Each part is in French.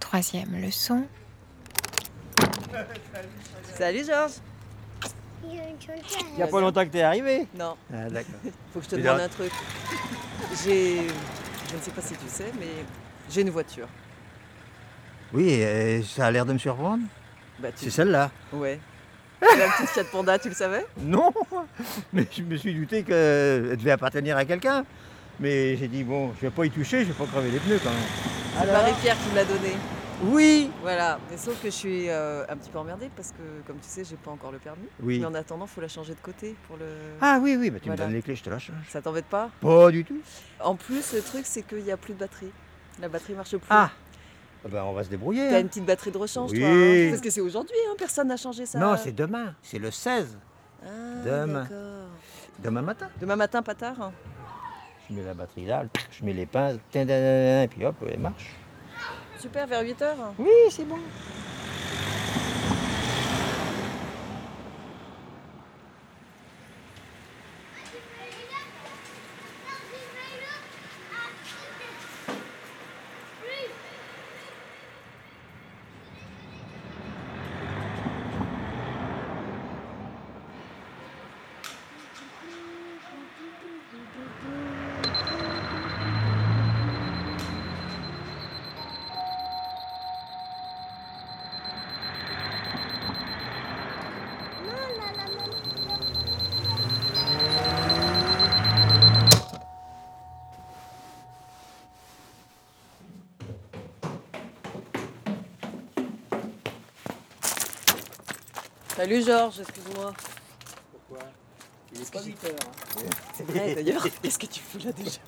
Troisième leçon. Salut Georges Il n'y a pas longtemps que t'es arrivé. Non, Ah, d'accord. faut que je te Mais demande là- un truc. J'ai. Je ne sais pas si tu sais, mais j'ai une voiture. Oui, euh, ça a l'air de me surprendre. Bah, tu... C'est celle-là. Ouais. La petite Fiat Panda, tu le savais Non Mais je me suis douté qu'elle devait appartenir à quelqu'un. Mais j'ai dit, bon, je vais pas y toucher, je vais pas crever les pneus quand même. C'est Marie-Pierre qui me l'a donnée. Oui Voilà. Mais sauf que je suis euh, un petit peu emmerdée parce que, comme tu sais, j'ai pas encore le permis. Oui. Mais en attendant, faut la changer de côté pour le. Ah oui, oui, bah, tu Voilà. me donnes les clés, je te la change. Ça t'embête pas Pas du tout. En plus, le truc, c'est qu'il n'y a plus de batterie. La batterie marche plus. Ah Ah bah, on va se débrouiller. T'as hein. une petite batterie de rechange, Oui. toi. hein Parce que c'est aujourd'hui, hein, personne n'a changé ça. Non, c'est demain. C'est le 16. Ah, demain. d'accord. Demain matin. Demain matin, pas tard. hein. Je mets la batterie là, je mets les pinces, tin, tin, tin, tin, et puis hop, elle marche. Super, vers 8h. Oui, c'est bon. Salut Georges, excuse-moi. Il est pas 8 heures. hein. C'est vrai d'ailleurs. Qu'est-ce que tu fous là déjà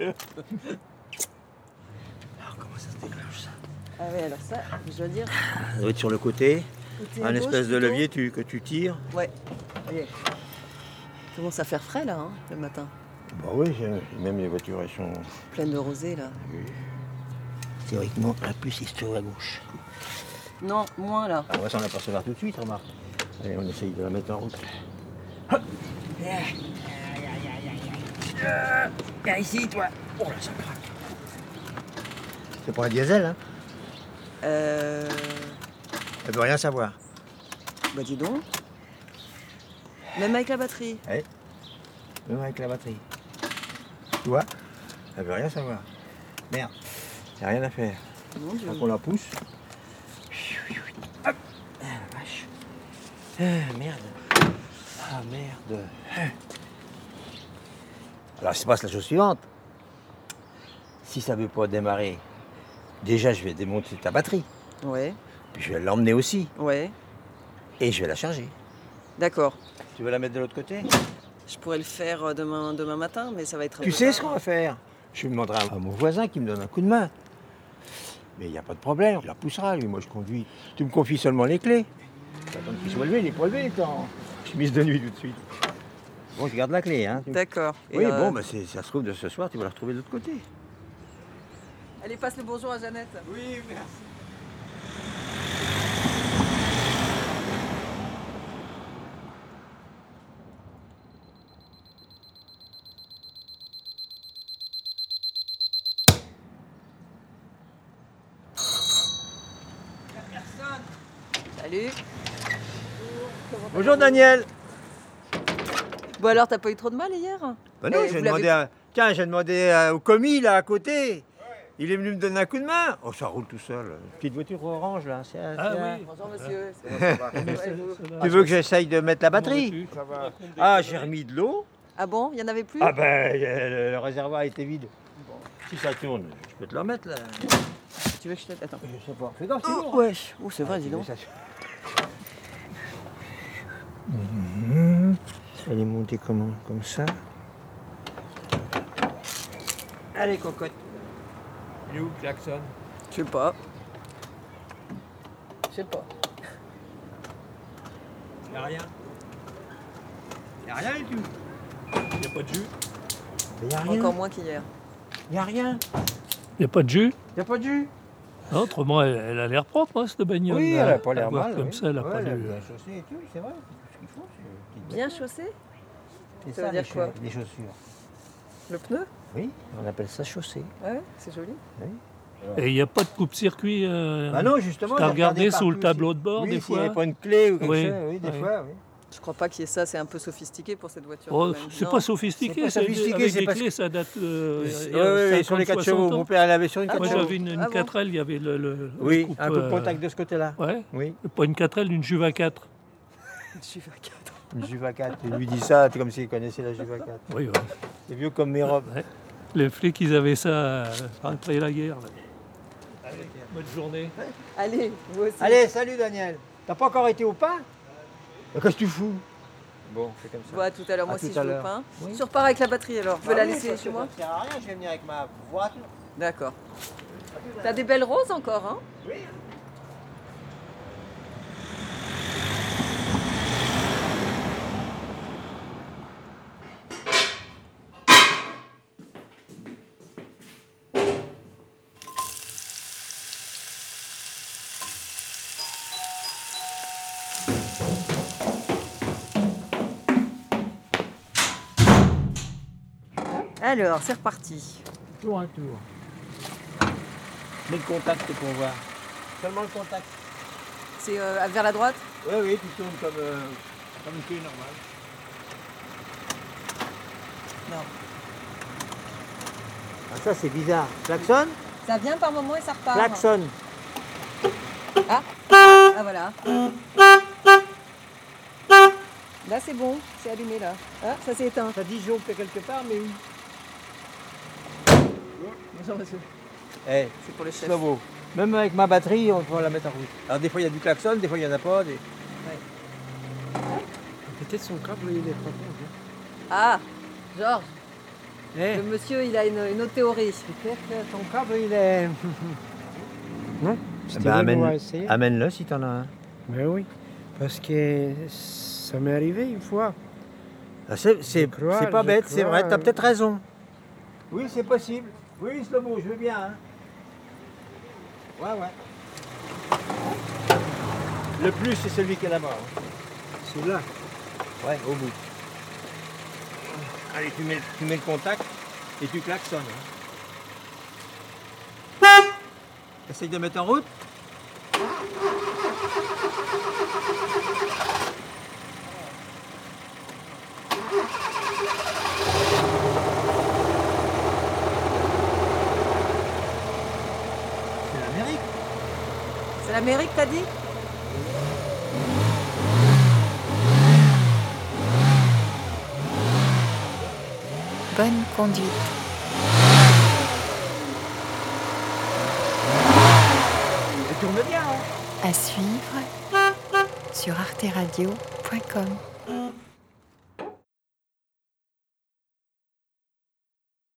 Alors Ah, comment ça se déclenche ça Ah ouais, alors ça, je dois dire. Ça doit être sur le côté, côté un gauche, espèce de plutôt. levier tu- que tu tires. Ça commence à faire frais là, hein, le matin. Bah oui, je- même les voitures elles sont. Pleine de rosée là. Théoriquement, la puce il se trouve à gauche. Non, moins là. Ah, On va s'en apercevoir tout de suite, remarque. Allez, on essaye de la mettre en route. Viens ici, toi. Oh C'est pour un diesel, hein Euh. Elle veut rien savoir. Bah dis donc. Même avec la batterie. Même avec la batterie. Tu vois Elle veut rien savoir. Merde, y a rien à faire. Mon Dieu. Faut qu'on la pousse. Hop. Ah, la vache. Ah, merde. Ah, merde. Alors, il se passe la chose suivante. Si ça ne veut pas démarrer, déjà, je vais démonter ta batterie. Ouais, Puis je vais l'emmener aussi. ouais. Et je vais la charger. D'accord. Tu veux la mettre de l'autre côté Je pourrais le faire euh, demain, demain matin, mais ça va être un Tu peu sais tard. ce qu'on va faire Je demanderai à mon voisin qui me donne un coup de main. Mais il n'y a pas de problème, il la poussera, lui, moi je conduis. Tu me confies seulement les clés. Faut attendre qu'il soit levé, il est pas levé, temps. Je mise de nuit tout de suite. Bon, je garde la clé, hein. D'accord. Et, Oui, euh, bon, bah, c'est- ça se trouve de ce soir, tu vas la retrouver de l'autre côté. Allez, passe le bonjour à Jeannette. Oui. Salut. Bonjour Daniel Bon alors, t'as pas eu trop de mal hier Bah non, Mais j'ai vous demandé, l'avez- à... Tiens, j'ai demandé à- au commis, là, à côté. Il est venu me donner un coup de main. Oh, ça roule tout seul. Petite voiture orange, là. c'est- Ah c'est- Bonjour monsieur. Tu veux que j'essaye de mettre la batterie Ah, j'ai remis de l'eau. Ah bon, il y en avait plus Ah ben, euh, le, le réservoir était vide. Si ça tourne, je peux te le remettre là. Tu veux que je te... Attends. Je sais pas. Fais gaffe, c'est Oh, lourd. wesh. Oh, c'est vrai, Ah, dis tu donc. mets ça sur- Mhm. Elle est montée comment Comme ça Allez, cocotte. Il est où le klaxon Je sais pas. Je sais pas. Y a rien. Y a rien du tout. Y a pas de jus Y a rien. Encore moins qu'hier. Y a rien. Il n'y a pas de jus Y a pas de jus. Non, Autrement, elle, elle a l'air propre, hein, cette bagnole. Oui, elle a pas À l'air voir mal. Comme oui. ça, elle a Ouais, pas euh. elle a de- bien chaussée et tout, c'est vrai. C'est ce qu'il faut, c'est une petite Bien chaussé C'est Ça veut les dire quoi che- Les chaussures. Le pneu Oui, on appelle ça chaussée. Ouais, c'est joli. Et il n'y a pas de coupe-circuit. euh, Bah non, justement. T'as j'ai regardé regardé sous le partout, tableau si- de bord, oui, des s'il y fois avait pas une clé ou quelque Oui, chose, oui, des oui. fois, oui. Je crois pas qu'il y ait ça, c'est un peu sophistiqué pour cette voiture. Oh, quand même. c'est Non. pas sophistiqué, C'est pas c'est avec sophistiqué, des c'est parce clés, ça date. euh, Oui, il y oui, a oui, sur les 50, 4 chevaux. 60 ans. Mon père l'avait sur une 4 Moi bon j'avais une, une Ah bon 4L, il y avait le. le- le Oui, coupe, un coup de euh, contact de ce côté-là. Ouais, Oui, pas une 4L, une Juve à 4. Je vais à quatre. une Juva 4. Il lui dit ça comme s'il connaissait la Juva 4. Oui, ouais. C'est vieux comme mes robes. Les flics, ils avaient ça euh, après la guerre. là. Bonne journée. Allez, vous aussi. Allez, salut Daniel. T'as pas encore été au pain Bah, Qu'est-ce que tu fous Bon, c'est comme Bon, à tout à l'heure, À moi tout aussi à je le l'heure. peins. Oui. Ah Je repars avec la batterie alors. Je Je peux la laisser chez moi Ça sert à rien, je vais venir avec ma voiture. D'accord. T'as des belles roses encore, hein Alors, c'est reparti. Tour un tour. Mets le contact pour voir. Seulement le contact. C'est euh, vers la droite Oui, oui, tu tournes comme, euh, comme une clé normale. Non. Ah, ça, c'est bizarre. Klaxon Ça vient par moment et ça repart. Klaxon. Ah voilà. Là c'est bon, c'est allumé là. Ah, ça s'est éteint. Ça disjoncte quelque part, mais où Bonjour, monsieur. Eh, C'est pour le chef. Slovo. Même avec ma batterie, on peut la mettre en route. Alors, des fois, il y a du klaxon, des fois, il n'y en a pas. Des... Peut-être son câble, il est pas bon. Ah, Georges, Eh, le monsieur il a une, une autre théorie. peut-être euh, ton câble, il est. Non, Eh ben, je t'ai dit, amène- on va essayer. Amène-le si t'en as un. Ben oui, parce que ça m'est arrivé une fois. Ah, C'est c'est- crois, c'est pas je bête, c'est crois, vrai, t'as euh. peut-être raison. Oui, c'est possible. Oui, Slobo, je veux bien. hein. Ouais, ouais. Le plus, c'est celui qui est là-bas. hein. Celui-là, Ouais, au bout. Allez, tu mets, tu mets le contact et tu klaxonnes. hein. Essaye de mettre en route. C'est l'Amérique. C'est l'Amérique t'as dit Bonne conduite. Elle tourne hein. bien. hein. À suivre sur arteradio.com.